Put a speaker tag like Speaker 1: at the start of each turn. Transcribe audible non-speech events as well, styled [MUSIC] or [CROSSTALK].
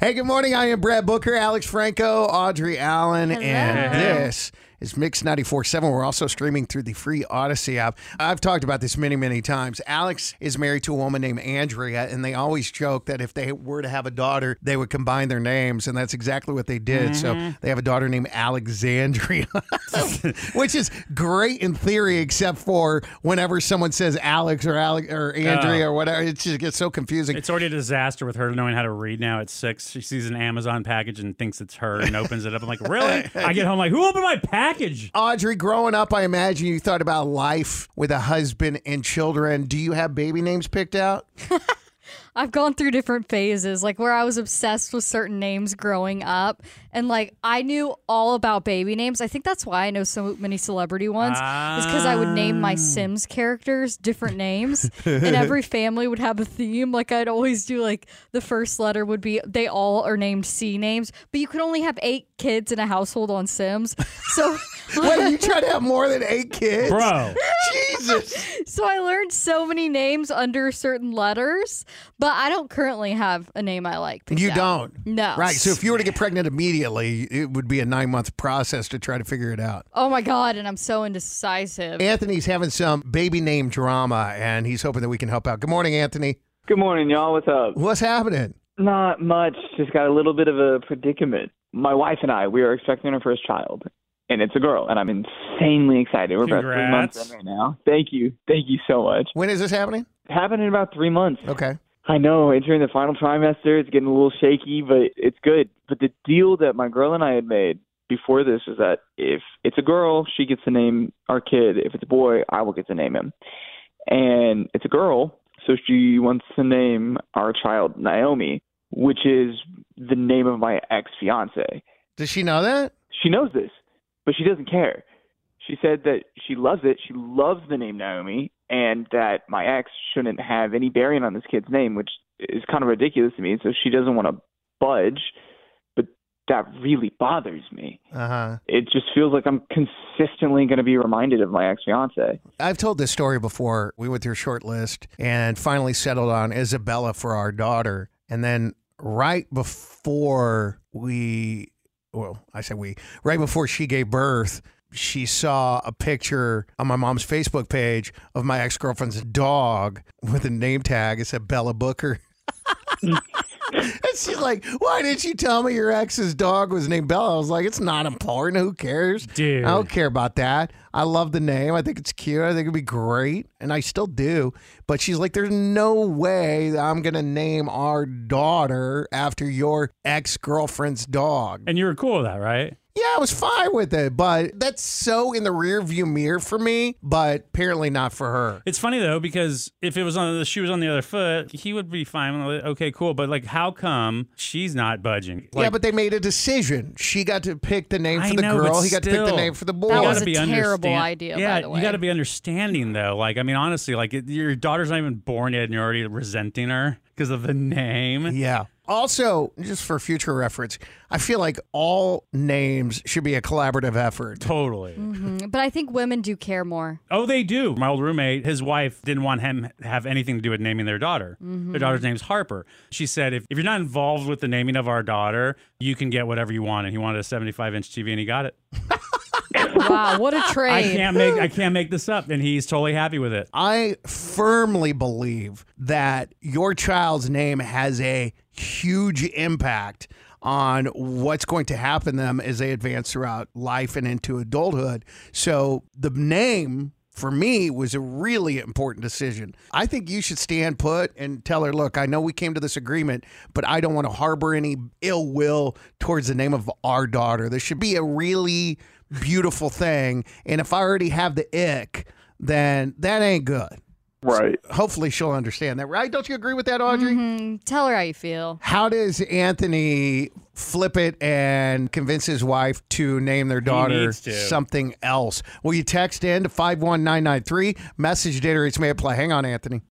Speaker 1: Hey, good morning. I am Brad Booker, Alex Franco, Audrey Allen, and this is Mix 94.7. We're also streaming through the free Odyssey app. I've talked about this many, many times. Alex is married to a woman named Andrea, and they always joke that if they were to have a daughter, they would combine their names, and that's exactly what they did. So they have a daughter named Alexandria, [LAUGHS] which is great in theory, except for whenever someone says Alex or Alex or Andrea or whatever, it just gets so confusing.
Speaker 2: It's already a disaster with her knowing how to read now at six. She sees an Amazon package and thinks it's her and opens it
Speaker 1: [LAUGHS]
Speaker 2: up. I'm like, really? I get home like, who opened my package?
Speaker 1: Audrey, growing up, I imagine you thought about life with a husband and children. Do you have baby names picked out?
Speaker 3: I've gone through different phases, like where I was obsessed with certain names growing up. And like I knew all about baby names. I think that's why I know so many celebrity ones, is because I would name my Sims characters different names. and every family would have a theme. Like I'd always do, like the first letter would be, they all are named C names, but you could only have eight kids in a household on Sims. So. [LAUGHS]
Speaker 1: Wait, you try to have more than eight kids? [LAUGHS]
Speaker 2: Bro,
Speaker 1: Jesus.
Speaker 3: So I learned so many names under certain letters, but I don't currently have a name I like. picked
Speaker 1: You
Speaker 3: out.
Speaker 1: don't.
Speaker 3: No.
Speaker 1: Right. So if you were to get pregnant immediately, it would be a nine month process to try to figure it out.
Speaker 3: Oh my god, and I'm so indecisive.
Speaker 1: Anthony's having some baby name drama, and he's hoping that we can help out. Good morning, Anthony.
Speaker 4: Good morning, y'all. What's up?
Speaker 1: What's happening?
Speaker 4: Not much. Just got a little bit of a predicament. My wife and I, we are expecting our first child, and it's a girl, and I'm insanely excited. We're about three months
Speaker 2: Congrats.
Speaker 4: in right now. Thank you. Thank you so much.
Speaker 1: When is this happening?
Speaker 4: Happened in about three months.
Speaker 1: Okay.
Speaker 4: I know. Entering the final trimester, it's getting a little shaky, but it's good. But the deal that my girl and I had made before this is that if it's a girl, she gets to name our kid. If it's a boy, I will get to name him. And it's a girl, so she wants to name our child Naomi, which is the name of my ex fiance.
Speaker 1: Does she know that?
Speaker 4: She knows this, but she doesn't care. She said that she loves it. She loves the name Naomi, and that my ex shouldn't have any bearing on this kid's name, which is kind of ridiculous to me. So she doesn't want to budge, but that really bothers me.
Speaker 1: Uh huh.
Speaker 4: It just feels like I'm consistently going to be reminded of my ex fiance.
Speaker 1: I've told this story before. We went through a short list and finally settled on Isabella for our daughter. And then right before we, well, I say we, right before she gave birth, she saw a picture on my mom's Facebook page of my ex girlfriend's dog with a name tag. It said Bella Booker. [LAUGHS] And she's like, why didn't you tell me your ex's dog was named Bella? I was like, it's not important. Who cares?
Speaker 2: Dude.
Speaker 1: I don't care about that. I love the name. I think it's cute. I think it'd be great. And I still do. But she's like, there's no way that I'm going to name our daughter after your ex girlfriend's dog.
Speaker 2: and you were cool with that, right?
Speaker 1: Yeah, I was fine with it. But that's so in the rearview mirror for me, but apparently not for her.
Speaker 2: It's funny though because if it was on the shoe was on the other foot, he would be fine. with it. Okay, cool. But like, how come she's not budging? Like,
Speaker 1: yeah, but they made a decision. She got to pick the name
Speaker 2: I
Speaker 1: for the
Speaker 2: know, but
Speaker 1: girl. He got to pick the
Speaker 2: still.
Speaker 1: name for the boy.
Speaker 3: That
Speaker 2: You
Speaker 3: was
Speaker 2: gotta
Speaker 3: a
Speaker 2: be
Speaker 3: terrible
Speaker 2: understand-
Speaker 3: idea, by
Speaker 2: Yeah,
Speaker 3: the
Speaker 2: you
Speaker 3: way.
Speaker 2: got to be understanding though. Like, I mean, honestly, like it, your daughter's not even born yet, and you're already resenting her because of the name.
Speaker 1: Yeah. Also, just for future reference, I feel like all names should be a collaborative effort.
Speaker 2: Totally.
Speaker 3: Mhm. But I think women do care more.
Speaker 2: Oh, they do. My old roommate, his wife didn't want him to have anything to do with naming their daughter. Their daughter's name's Harper. She said, if, if you're not involved with the naming of our daughter, you can get whatever you want. And he wanted a 75 inch TV and he got it.
Speaker 3: Wow, [LAUGHS] what a
Speaker 2: I
Speaker 3: trade.
Speaker 2: can't make I can't make this up. And he's totally happy with it.
Speaker 1: I firmly believe that your child's name has a huge impact on what's going to happen to them as they advance throughout life and into adulthood. So the name for me was a really important decision. I think you should stand put and tell her, look, I know we came to this agreement, but I don't want to harbor any ill will towards the name of our daughter. This should be a really beautiful thing. And if I already have the ick, then that ain't good.
Speaker 4: Right.
Speaker 1: Hopefully she'll understand that, right? Don't you agree with that, Audrey?
Speaker 3: Mhm. Tell her how you feel.
Speaker 1: How does Anthony flip it and convince his wife to name their daughter
Speaker 2: needs to.
Speaker 1: something else? Will you text in to 51993? Message daterates may apply. Hang on, Anthony.